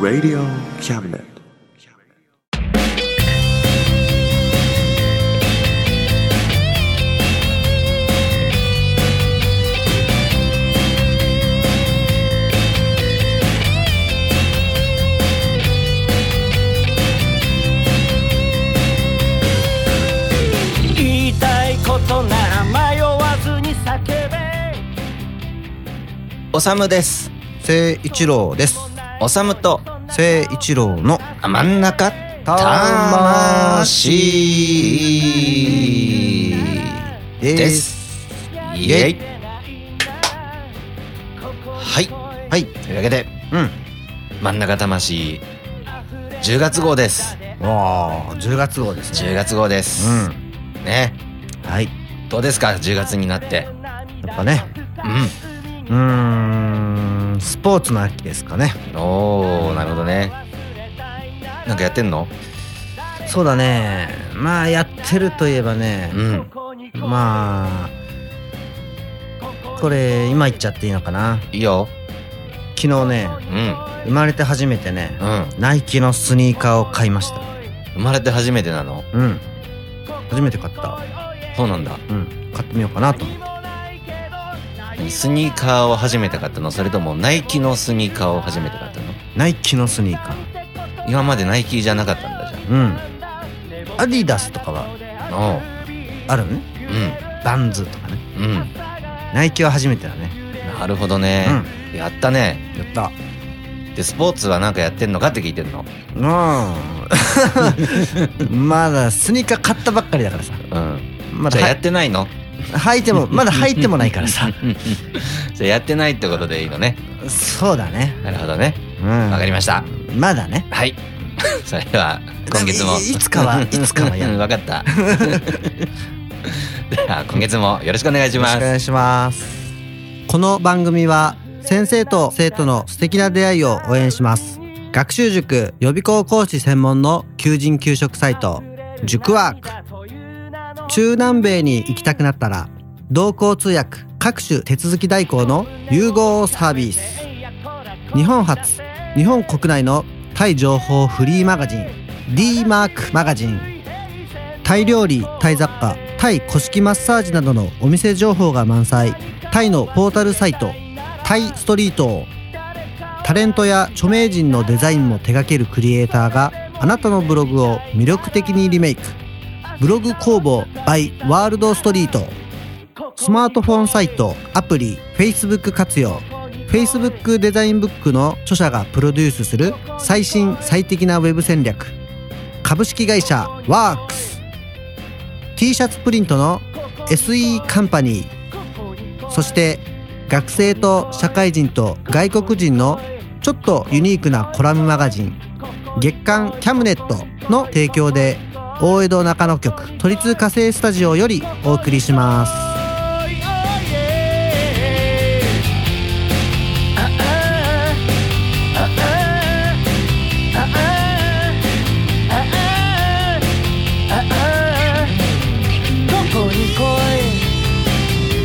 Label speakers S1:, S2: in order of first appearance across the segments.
S1: Radio Cabinet.
S2: 言いたいことなら迷わずに叫べ
S3: おさむです
S4: 聖一郎です
S3: おさむと
S4: 聖一郎の
S3: 真ん中魂
S4: で
S3: です
S4: す
S3: イエイはい
S4: はい
S3: というわけで
S4: うん
S3: 真ん中魂10月号です
S4: わあ10月号です
S3: 10
S4: ね
S3: 月号です、
S4: うん
S3: ね
S4: はい
S3: どうですか10月になって
S4: やっぱね
S3: う
S4: うーんスポーツの秋ですかね
S3: んおーなるほどねなんかやってんの
S4: そうだねまあやってるといえばね
S3: うん
S4: まあこれ今言っちゃっていいのかない
S3: いよ
S4: 昨日ね
S3: うん
S4: 生まれて初めてね
S3: うん
S4: ナイキのスニーカーを買いました
S3: 生まれて初めてなの
S4: うん初めて買った
S3: そうなんだ
S4: うん買ってみようかなと思って
S3: スニーカーを初めて買ったのそれともナイキのスニーカーを初めて買ったの
S4: ナイキのスニーカー
S3: 今までナイキじゃなかったんだじ
S4: うんアディダスとかは
S3: ゃんおう
S4: あるのね
S3: う
S4: バンズとかね
S3: んうん
S4: ナイキは初めてだね
S3: なるほどね、やったね
S4: やった
S3: でスポーツはなんかやってんのかって聞いてんの
S4: うん まだスニーカー買ったばっかりだからさ
S3: うん
S4: ま
S3: じ
S4: だ
S3: ゃあや
S4: は
S3: ってないの
S4: 履い てもまだ履いてもないからさ
S3: じゃあやってないってことでいいのね
S4: そうだね
S3: なるほどね
S4: うん
S3: わかりました
S4: まだね
S3: はい それでは今月も
S4: いいつかはいつかはやる
S3: うんわかった では今月もよろしくお願いします
S4: よろしくお願いしますこの番組は先生と生徒の素敵な出会いを応援します学習塾予備校講師専門の求人求職サイト塾ワーク中南米に行きたくなったら同行通訳各種手続き代行の融合サービス日本初日本国内のタイ情報フリーマガジン D マークマガジンタイ料理タイ雑貨タイ古式マッサージなどのお店情報が満載タイのポータルサイトタイストリートをタレントや著名人のデザインも手掛けるクリエイターがあなたのブログを魅力的にリメイクブログ工房 by ワールドストリートスマートフォンサイトアプリ Facebook 活用 Facebook デザインブックの著者がプロデュースする最新最適なウェブ戦略株式会社ワークス t シャツプリントの SE カンパニーそして学生と社会人と外国人のちょっとユニークなコラムマガジン月刊キャムネットの提供で大江戸中野局都立火星スタジオよりお送りします
S2: どこに来い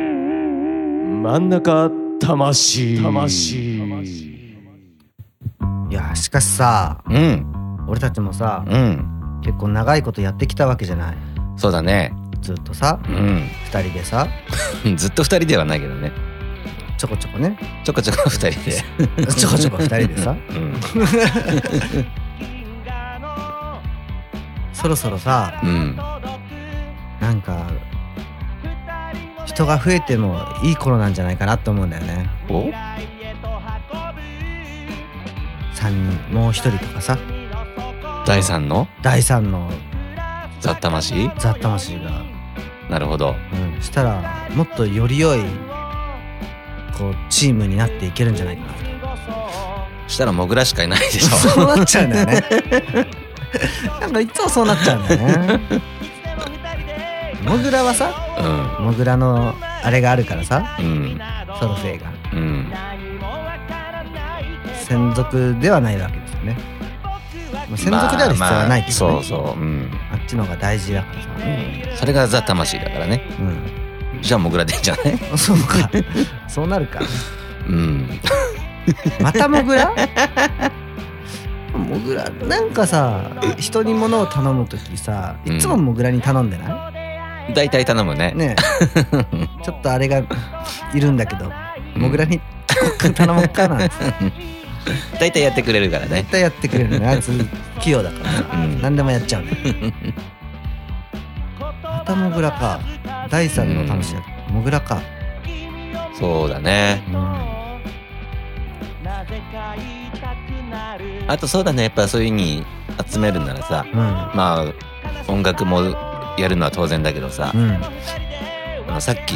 S5: 真ん中魂魂
S4: いやしかしさ
S3: うん
S4: 俺たちもさ
S3: うん
S4: 結構長いことやってきたわけじゃない
S3: そうだね
S4: ずっとさ
S3: う
S4: 2人でさ
S3: ん ずっと二人ではないけどね
S4: ちょこちょこね
S3: ちょこちょこ二人で
S4: ちょこちょこ2人でさ
S3: うん
S4: そろそろさ
S3: うん
S4: なんか人が増えてもいい頃なんじゃないかなと思うんだよね
S3: お
S4: 3人もう1人とかさ
S3: 第3の
S4: 第3の
S3: 雑魂
S4: ザ・魂が、
S3: なるほど。
S4: うん、したらもっとより良いこうチームになっていけるんじゃないかな
S3: したらモグラしかいないでしょ。
S4: そうなっちゃうんだよねなんかいつもそうなっちゃうんだよね モグラはさ
S3: うん。
S4: モグラのあれがあるからさ
S3: うん。
S4: ソロフェイが
S3: うん。
S4: 専属ではないわけですよね、まあ、専属である必要はないけど、ね
S3: まあまあそうそう。うん。
S4: あっちの方が大事だからさ、
S3: それがザ魂だからね。
S4: う
S3: じゃあモグラでいいんじゃない
S4: ん、 そうかそうなるか
S3: うん。
S4: またモグラモグラなんかさ人に物を頼む時さいつもモグラに頼んでない、
S3: 大体頼むね。
S4: ね えちょっとあれがいるんだけ どモグラに頼もうかなんて
S3: 大体やってくれるからね
S4: 絶。対やってくれるねあいつ器用だから、
S3: うん
S4: 何でもやっちゃうねまたモグラか第三の楽しみ、モグラか、
S3: そうだね。あとそうだね。やっぱそういう風に集めるならさ、
S4: うん
S3: まあ音楽もやるのは当然だけどさ、
S4: うん
S3: あのさっき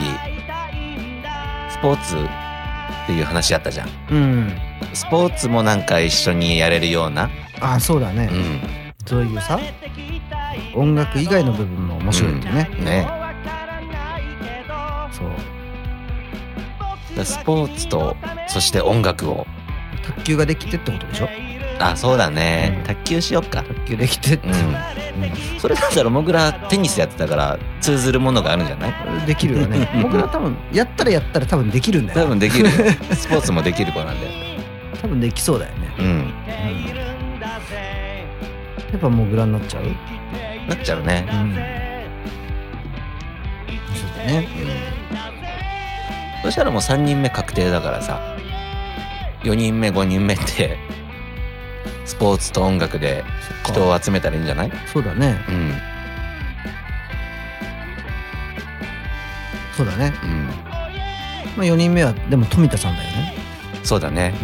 S3: スポーツっていう話あったじゃん。
S4: うん
S3: スポーツもなんか一緒にやれるような、
S4: あそうだね、
S3: うん、
S4: そういうさ音楽以外の部分も面白いよね、
S3: ね。
S4: そう
S3: だからスポーツとそして音楽を
S4: 卓球ができてってことでしょ
S3: あそうだね、
S4: うん
S3: 卓球しよっか
S4: 卓球できてって、
S3: う
S4: うん
S3: それだったらモグラテニスやってたから通ずるものがあるんじゃない
S4: んできる よね 僕は多分やったらやったら多分できるんだ
S3: 多
S4: よ
S3: 分できるよスポーツもできる子なんで
S4: 多分できそうだよね、
S3: うん
S4: うん、やっぱモグラになっちゃううん
S3: なっちゃうね、
S4: そうだね
S3: うんそしたらもう3人目確定だからさ4人目5人目ってスポーツと音楽で人を集めたらいいんじゃない
S4: そうだね
S3: うん
S4: そうだね、
S3: うん
S4: まあ、4人目はでも富田さんだよね、
S3: そうだね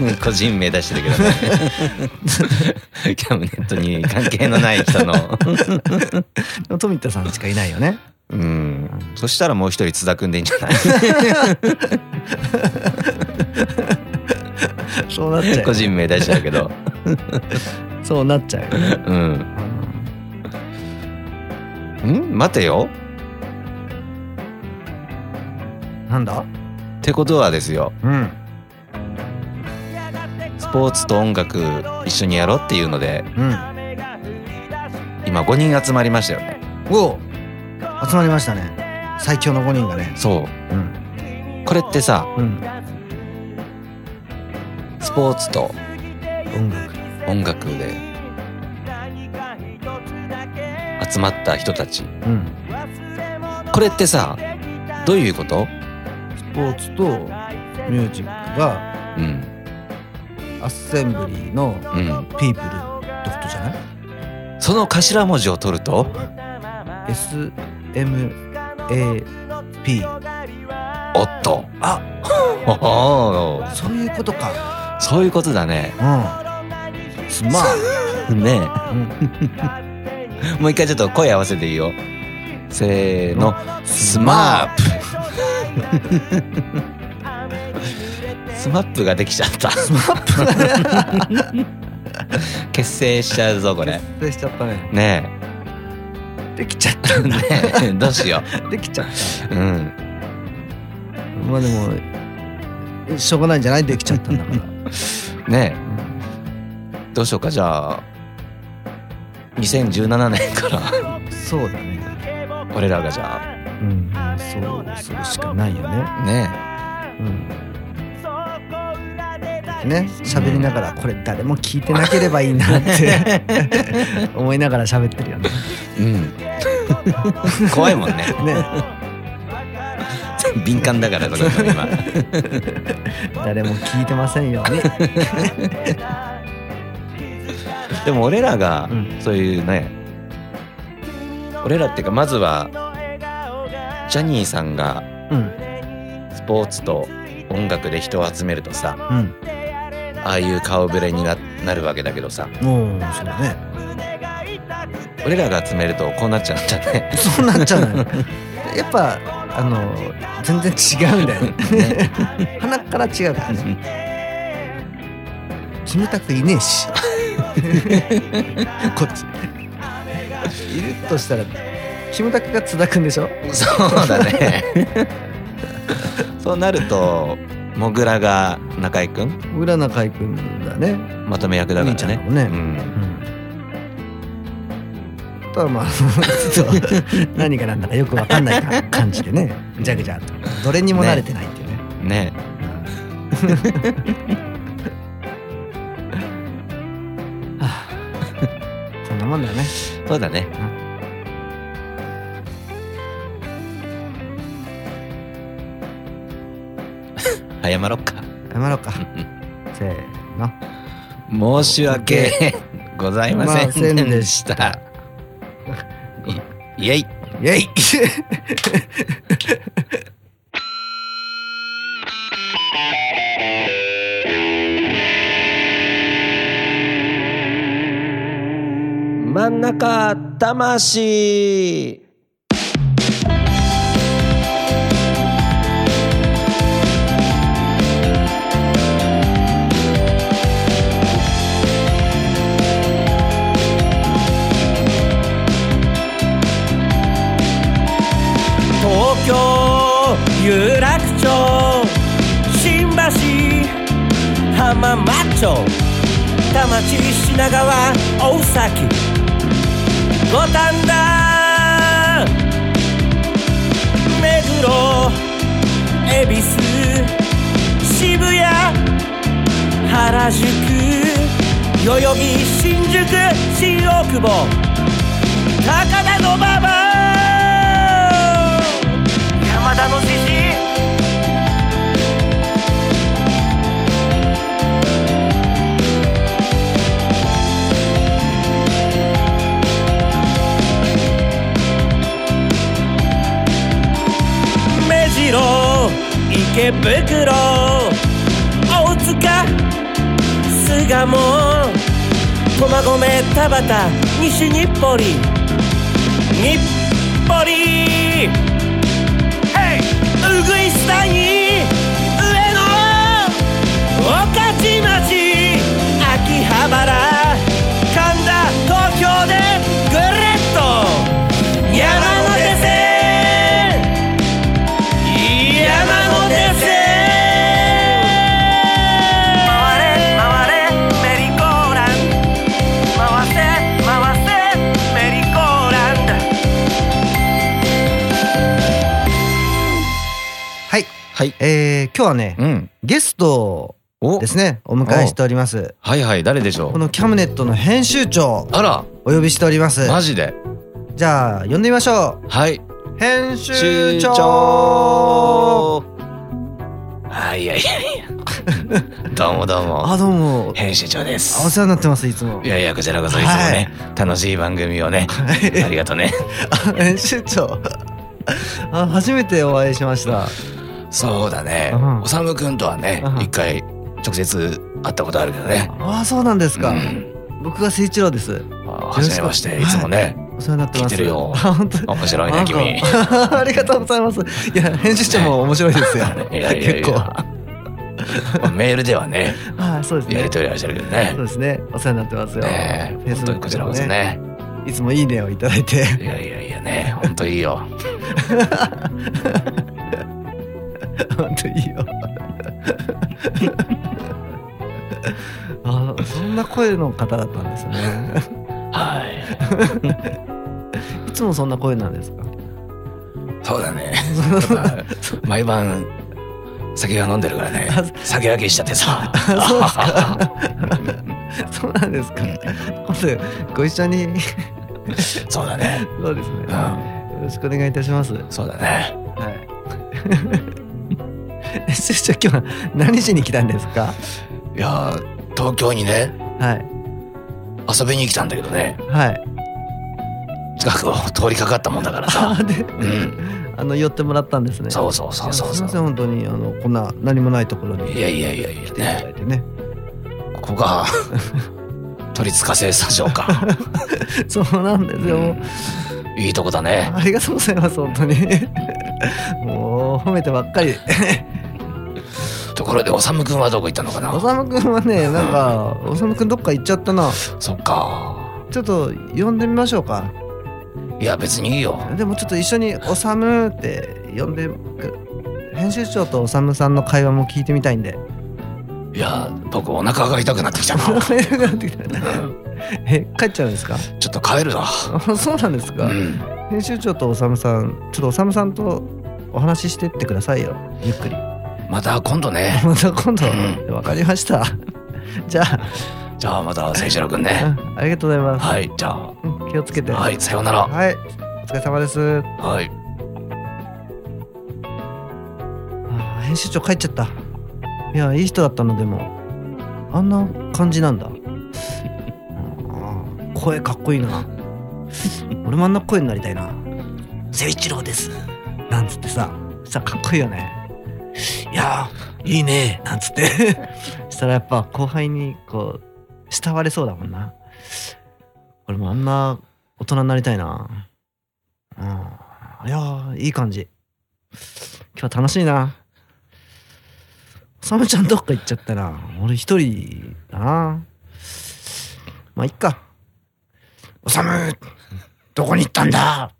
S4: うん
S3: 個人名出してるけどねキャムネットに関係のない人の
S4: でも富田さんしかいないよ ね
S3: うんそしたらもう一人津田くんでいいんじゃない
S4: そうなっちゃ
S3: 個
S4: う
S3: 人名出しちゃうけど
S4: そうなっちゃうよね
S3: うんん待てよ
S4: なんだ
S3: ってことはですよ
S4: うん
S3: スポーツと音楽一緒にやろうっていうので
S4: うん
S3: 今5人集まりましたよね
S4: おお集まりましたね最強の5人がね
S3: そう
S4: うん
S3: これってさ
S4: うん
S3: スポーツと
S4: 音楽
S3: 音楽で集まった人たち
S4: うん
S3: これってさどういうこと
S4: スポーツとミュージックが
S3: うん
S4: アッセンブリー
S3: う
S4: の
S3: ん
S4: ピープルってことじゃない
S3: その頭文字を取ると
S4: ?SMAP
S3: おっと
S4: あ
S3: おー
S4: そういうことか
S3: そういうことだね
S4: うんすま ん、
S3: ね
S4: うん、
S3: えもう一回ちょっと声合わせていいよせーのスマ ップスマップができちゃったスマップ結成しちゃうぞこれ
S4: 失礼しちゃったね
S3: ね
S4: できちゃった
S3: えねえどうしよ
S4: できちゃった
S3: ううん
S4: まあでもしょうがないんじゃないできちゃったんだから
S3: ねえどうしようかじゃあ2017年から
S4: そうだね。
S3: 俺らがじゃ
S4: うん、そうするしかないよね。
S3: あね
S4: うん。ね、喋りながら、これ誰も聞いてなければいいなって思いながら喋ってるよね。
S3: えうん怖いもんね
S4: ね、
S3: 敏感だからそこ今
S4: 誰も聞いてませんように。
S3: でも俺らが
S4: うん
S3: そういうね、俺らっていうかまずはジャニーさんが
S4: うん、
S3: スポーツと音楽で人を集めるとさ
S4: うん、
S3: ああいう顔ぶれにななるわけだけどさ
S4: もうそうだね
S3: 俺らが集めるとこうなっちゃうんだね
S4: そうなっちゃう のよやっぱあの全然違うんだよね鼻から違うからねキムタクいねえし こっちいるとしたらキムタクが津田くんでしょ
S3: そうだね そうなるとモグラが中居君
S4: 浦中井くんだね
S3: まとめ役だからね
S4: お兄ちゃんだもんね
S3: うん
S4: ただまあ ちょっと何が何だかよくわかんないか感じで ねジャグジャグとどれにも慣れてないっていう
S3: ね
S4: ねそんなもんだよね
S3: そうだね 謝ろっか
S4: 謝ろうかせーの
S3: 申し 訳ございませんでした。いイェイ
S4: イェイ
S5: 真ん中魂
S2: 東京有楽町新橋浜松町田町品川大崎五反田目黒恵比寿渋谷原宿代々木新宿新大久保高田の馬場山田の獅子目白池袋大塚巣鴨駒込田畑西日暮里日暮里ヘイうぐいすたに上野御徒町秋葉原神田東京でぐるっと山手線山手線回れ回れメリーゴーラン回せ回せメリーゴーランド
S4: はい
S3: はい。
S4: えー、今日はね
S3: うん。
S4: ゲスト
S3: お
S4: をですねお迎えしております
S3: はいはい、誰でしょ
S4: こ
S3: う
S4: のキャムネットの編集長
S3: あら、
S4: お呼びしております
S3: マジで。
S4: じゃあ呼んでみましょ
S3: はい。
S4: う編集
S3: 集
S4: 長
S3: 長はい、いやいやいや。 どうもどうも。
S4: あどうも
S3: 編集長で
S4: お
S3: す。
S4: 世話になってますいつも
S3: いやいや、こちらこそいつもね、楽しい番組をね、ありがとうね。
S4: 編集長あ初めてお会いしました
S3: そうだね
S4: うん。
S3: おさむくんとはね
S4: う、ん
S3: 一回直接会ったことあるけどね。
S4: ああそうなんですか、
S3: うん
S4: 僕が誠一郎です
S3: あはじめまして、いつもね、
S4: お世話になってます
S3: 聞いてるよ
S4: あ本当
S3: 面白いね、君。い
S4: なんか ありがとうございますいや編集長も面白いですよ
S3: やいやい
S4: 結 構
S3: や。メールではね、
S4: あそうです
S3: やり
S4: ね
S3: とりはしてるけど
S4: そう
S3: ね。
S4: ですねお世話になってますよ、
S3: ねえ本当にこちらこそね。
S4: いつもいいねをいただいて
S3: いやいやいやね、本当いいよ。
S4: 本当いいよ あそんな声の方だったんですね
S3: はい。
S4: いつもそんな声なんですか
S3: そうだね。やっぱ毎晩、酒が飲んでるからね、酒焼けしちゃって さ。
S4: そうなんですか今度ご一緒に
S3: そうだね。
S4: そうですね、
S3: ん
S4: よろしくお願いいたしますは
S3: そうだね。
S4: い先生今日は何しに来たんですか
S3: いやー、東京にね、
S4: はい
S3: 遊びに来たんだけどね、
S4: はい
S3: 近くを通りかかったもんだから さ。
S4: あで
S3: うん。
S4: あの寄ってもらったんですね
S3: そうそうそうそう
S4: いやすいませ
S3: そ
S4: ん
S3: う。
S4: 本当にあのこんな何もないところに
S3: いやいやいやいや
S4: 来ていただ
S3: ね。
S4: いてね
S3: ここ が都立火星スタジオか
S4: そうなんですよ。もう
S3: いいとこだね
S4: ありがとうございます、本当に。もう褒めてばっかり。
S3: ところでおさむくんはどこ行ったのか
S4: お
S3: な
S4: さむくんはね、なんか、おさむくんどっか行っちゃったな。
S3: そっか
S4: ちょっと呼んでみましょうか。
S3: いや別にいいよ
S4: でもちょっと一緒におさむって呼んで、編集長とおさむさんの会話も聞いてみたいんで。
S3: いや僕お腹が痛くなってきたな
S4: え、帰っちゃうん ですか
S3: ちょっと帰るわ
S4: あそうなんです
S3: う
S4: か、
S3: ん
S4: 編集長とおさむさん、ちょっとおさむさんとお話ししてってくださいよ。ゆっくり。
S3: また今度ね
S4: また今度
S3: う
S4: わかりました。じゃあ、
S3: じゃあまた聖一郎くんね
S4: うんありがとうございます。
S3: はいじゃあ
S4: うん気をつけて。。
S3: はいいさようなら
S4: はい。お疲れ様です。
S3: はい
S4: あー編集長帰っちゃった。いや、いい人だったのでも、あんな感じなんだ。あー声かっこいいな。俺もあんな声になりたいな。聖一郎です。なんつってさ、さかっこいいよね。いやー、いいねなんつって。したらやっぱ後輩にこう、慕われそうだもんな。俺もあんな大人になりたいな。うん。いやー、いい感じ。今日楽しいな。サムちゃんどっか行っちゃったな。俺一人だな。まあ、いっか。おさむどこに行ったんだ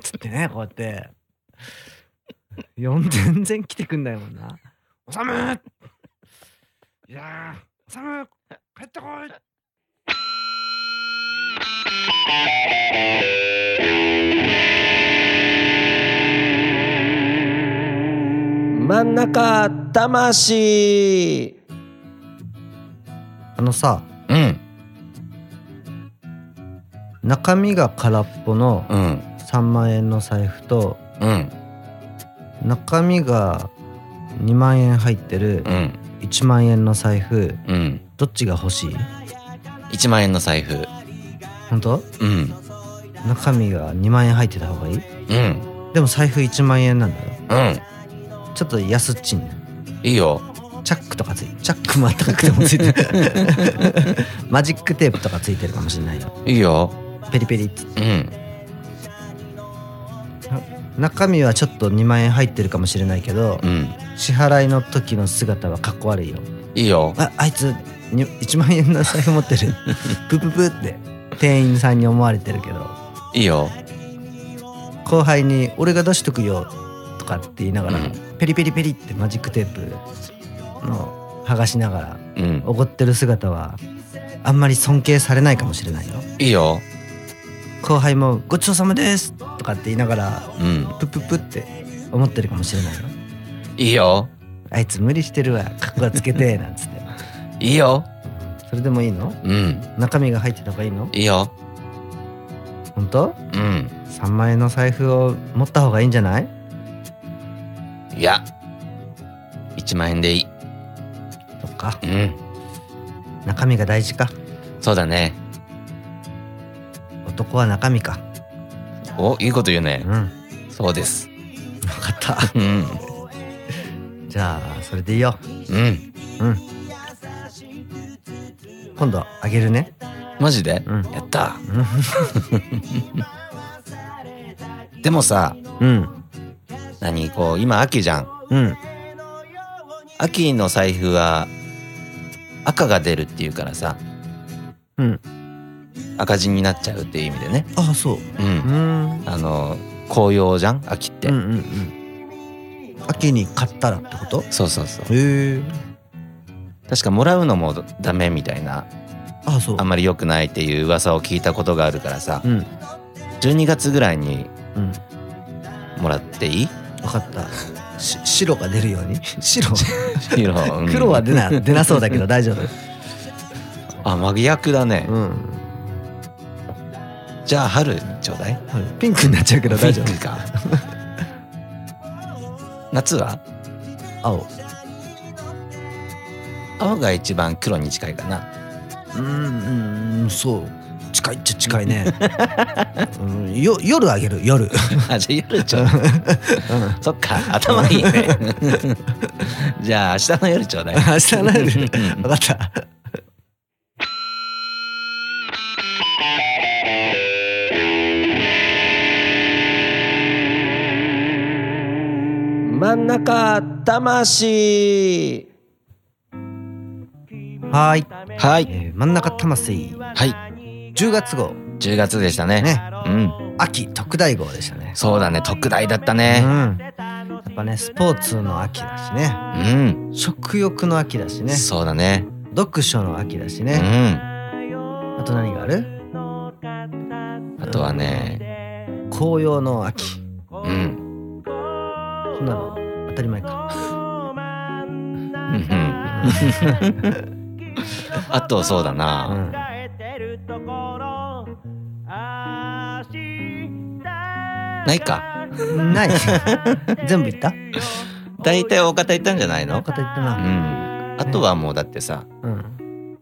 S4: つってね、こうやって。呼ん全然来てくんないもんな。おさむいやー、おさむ帰ってこい
S5: 真ん中魂
S4: あのさ、
S3: うん
S4: 中身が空っぽの
S3: うん
S4: 3万円の財布と、
S3: うん
S4: 中身が2万円入ってる
S3: うん
S4: 1万円の財布、
S3: うん
S4: どっちが欲しい
S3: 1万円の財布
S4: 本当
S3: うん
S4: 中身が2万円入ってた方がいい
S3: うん
S4: でも財布1万円なんだよ
S3: うん
S4: ちょっと安っちいんだよ
S3: いいよ
S4: チャックとかついチャックもあったかくてもついてる マジックテープとかついてるかもしれないよ
S3: いいよ
S4: ペリペリっつって
S3: うん
S4: 中身はちょっと2万円入ってるかもしれないけど
S3: うん
S4: 支払いの時の姿はかっこ悪いよ
S3: いいよ
S4: ああいつに1万円の財布持っ てるプププって店員さんに思われてるけど
S3: いいよ
S4: 後輩に「俺が出しとくよ」とかって言いながら、
S3: うん
S4: ペリペリペリってマジックテープの剥がしながら
S3: うん
S4: 怒ってる姿はあんまり尊敬されないかもしれないよ
S3: いいよ
S4: 後輩も「ごちそうさまです」とかって言いながら
S3: うん
S4: プップップって思ってるかもしれないよ
S3: いいよ
S4: あいつ無理してるわ格好つけてなんつって
S3: いいよ
S4: それでもいいの
S3: うん
S4: 中身が入ってた方がいいの
S3: いいよ
S4: 本当
S3: うん
S4: 3万円の財布を持った方がいいんじゃない
S3: いや1万円でいい
S4: とか
S3: うん
S4: 中身が大事か
S3: そうだね
S4: 男は中身か
S3: おいいこと言うね
S4: うん分
S3: そうです
S4: かった
S3: うん
S4: じゃあそれでいいよ
S3: うん
S4: うん今度あげるね
S3: マジで、
S4: うん
S3: やった でもさ
S4: うん
S3: 何こう今秋じゃん
S4: うん
S3: 秋の財布は赤が出るっていうからさ
S4: うん
S3: 赤字になっちゃうっていう意味でね
S4: ああそう
S3: うん、
S4: うーん
S3: あの紅葉じゃん秋って、
S4: うんうんうん秋に買ったらってこと
S3: そうそうそう
S4: へえ
S3: 確かもらうのもダメみたいな
S4: ああそう
S3: あんまり良くないっていう噂を聞いたことがあるからさ
S4: うんうん
S3: 12月ぐらいに
S4: 分
S3: もらっていい
S4: かったし白が出るように白
S3: 色々うん
S4: 黒は出な出なそうだけど大丈夫
S3: あ真逆だね、
S4: うん
S3: じゃあ春ちょうだい
S4: ピンクになっちゃうけど大丈
S3: ピン
S4: 夫
S3: クか 夏は
S4: 青う
S3: 青が一番黒に近いか な
S4: ーんうんそう近いっちゃ近いね、うん、よ夜あげる夜
S3: あじゃあ夜ちょうだい、そっか頭いい ねじゃあ明日の夜ちょうだい
S4: 明日ないで分かった
S5: 真ん中魂
S4: はい、
S3: はい。
S4: えー真ん中魂
S3: はい。
S4: 10月号
S3: 10月でしたね。
S4: ね
S3: うん。
S4: 秋特大号でしたね
S3: そうだね。特大だった
S4: う
S3: ね。
S4: んやっぱねスポーツの秋だしね
S3: うん。
S4: 食欲の秋だしね
S3: そうだね。
S4: 読書の秋だし
S3: う
S4: ね、
S3: ん。
S4: あと何がある
S3: あとはね、
S4: 紅葉の秋
S3: うん。
S4: そんなの当たり前か
S3: う んうん。あと、そうだ
S4: う
S3: な。
S4: ん
S3: ないか。
S4: ない全部 言った
S3: 大体大方言ったんじゃないの
S4: 方言った
S3: う
S4: な、
S3: ん。あとはもうだってさ、
S4: うん、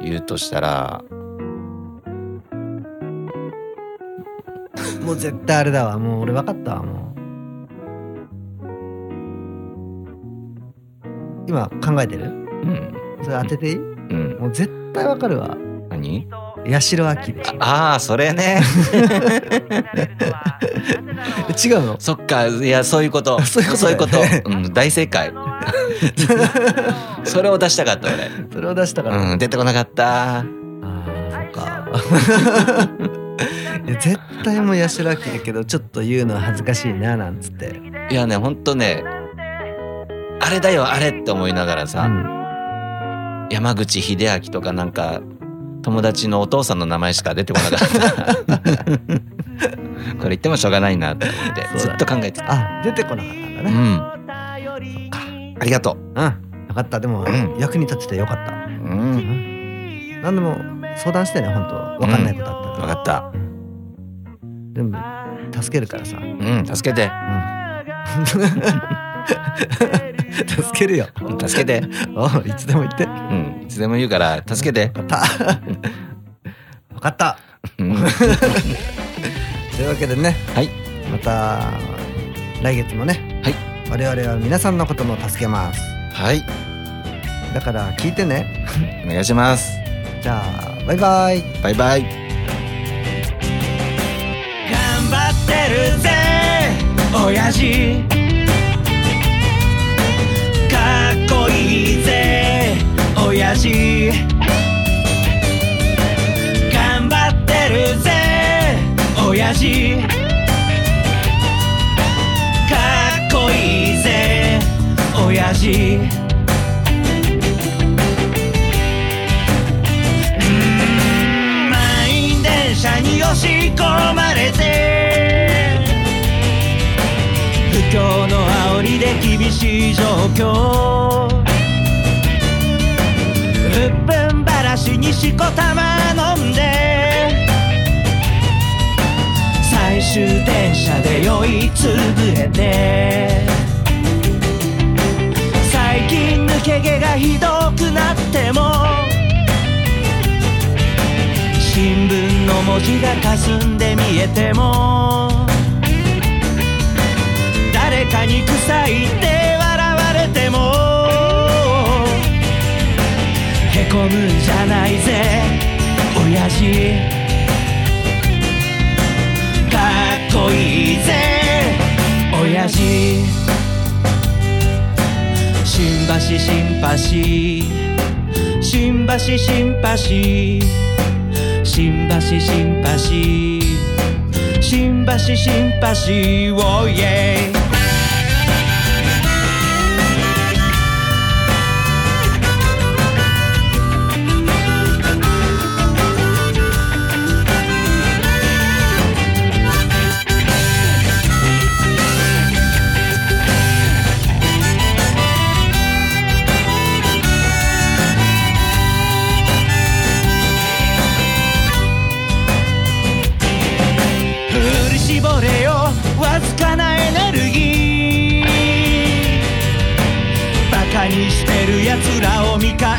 S3: 言うとしたら、
S4: もう絶対あれだわもう俺分かったわもう今考えてる
S3: うん。
S4: それ当てていい
S3: うん。
S4: もう絶対分かるわ
S3: 何
S4: 八代亜紀で
S3: ああ、それ ね。
S4: しょ違うの
S3: そっか、いや、そういうこと。
S4: そういうこと
S3: そういうこと
S4: だよね。
S3: うん、大正解。それを出したかった、俺。
S4: それを出したから、
S3: うん、出てこなかった。
S4: あーそっかいや絶対もう八代亜紀だけどちょっと言うのは恥ずかしいななんつって、
S3: いやね、ほんとね、あれだよ、あれって思いながら
S4: う
S3: さ、
S4: ん、
S3: 山口秀明とかなんか、友達のお父さんの名前しか出てこなかった。 これ言ってもしょうがないなって思って、
S4: そう
S3: ず
S4: だ
S3: っと考えてた。
S4: あ出てこなかったんだ
S3: う
S4: ね
S3: ん。そっかありがとう。
S4: うんよかったでも、
S3: うん
S4: 役に立ててよかった
S3: うん。
S4: 何でも相談してね本当わかんないことあった
S3: わ
S4: ら、
S3: かった。
S4: 全部助けるからさ、
S3: うん、助けて。
S4: うん、助けるよ
S3: 助けて。
S4: おういつでも言ってわ
S3: うん。いつでも言うから、助けて。
S4: か ったわかった
S3: うん。
S4: というわけでね
S3: はい。
S4: また来月もね、
S3: はい
S4: 我々は皆さんのことも助けます
S3: はい。
S4: だから聞いてね
S3: お願いします。
S4: じゃあバイバイ
S3: バイバイ。
S2: 頑張ってるぜ親父かっこいいぜ親父頑張ってるぜ親父かっこいいぜ親父満員電車に押し込まれて不況の煽りで厳しい状況うっぷんばらしにしこたま飲んで最終電車で酔いつぶれて最近抜け毛がひどくなっても新聞の文字が霞んで見えても誰かに臭いって笑われてもへこむんじゃないぜ親父かっこいいぜ親父新橋新橋新橋新橋新橋新橋新橋新橋おいえ振り絞れよわずかなエネルギーバカにしてるやつらを見返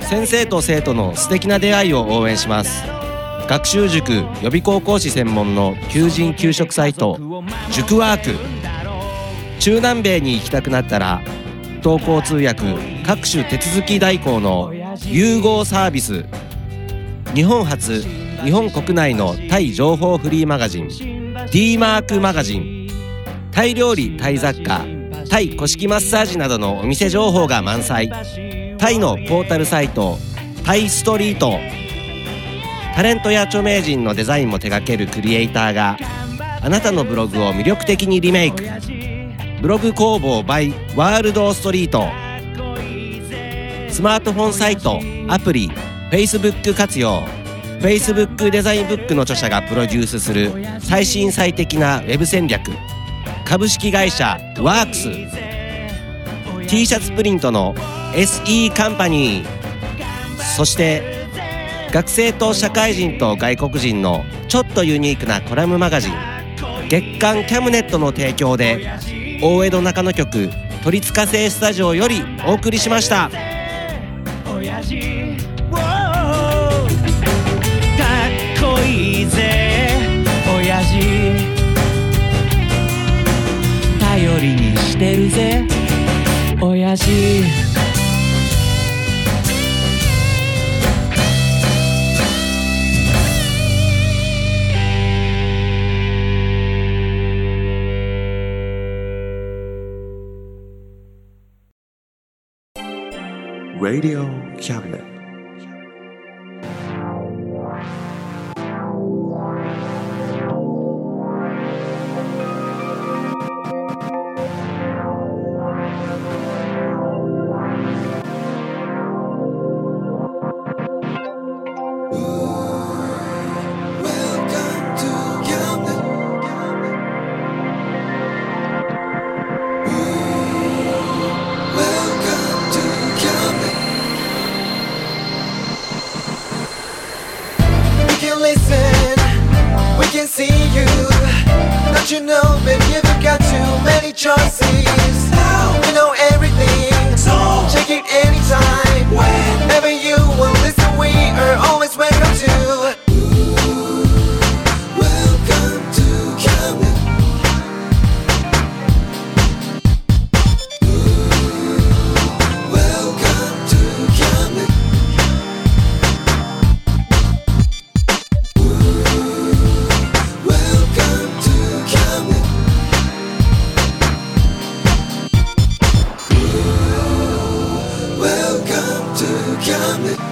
S3: 先生と生徒の素敵な出会いを応援します学習塾予備高校師専門の求人・給食サイト塾ワーク中南米に行きたくなったら同行通訳各種手続き代行の融合サービス日本初日本国内のタイ情報フリーマガジン d マークマガジンタイ料理タイ雑貨タイ古式マッサージなどのお店情報が満載タイのポータルサイトタイストリートタレントや著名人のデザインも手掛けるクリエイターがあなたのブログを魅力的にリメイクブログ工房 by ワールドストリートスマートフォンサイトアプリ Facebook 活用 Facebook デザインブックの著者がプロデュースする最新最適なウェブ戦略株式会社ワークス t シャツプリントの SE カンパニーそして学生と社会人と外国人のちょっとユニークなコラムマガジン月刊キャムネットの提供で大江戸中野局「鳥塚製スタジオ」よりお送りしました。
S2: かっこいいぜ親父頼りにしてるぜ親父
S1: Radio Cabinet.
S6: We can listen, we can see you. Don't you know, baby, you've got too many choices. You know everything, so check it anytime. Whenever you will listen, we are always welcome to. Welcome to Camden. Welcome to Camden. Welcome to Camden. Welcome to Camden.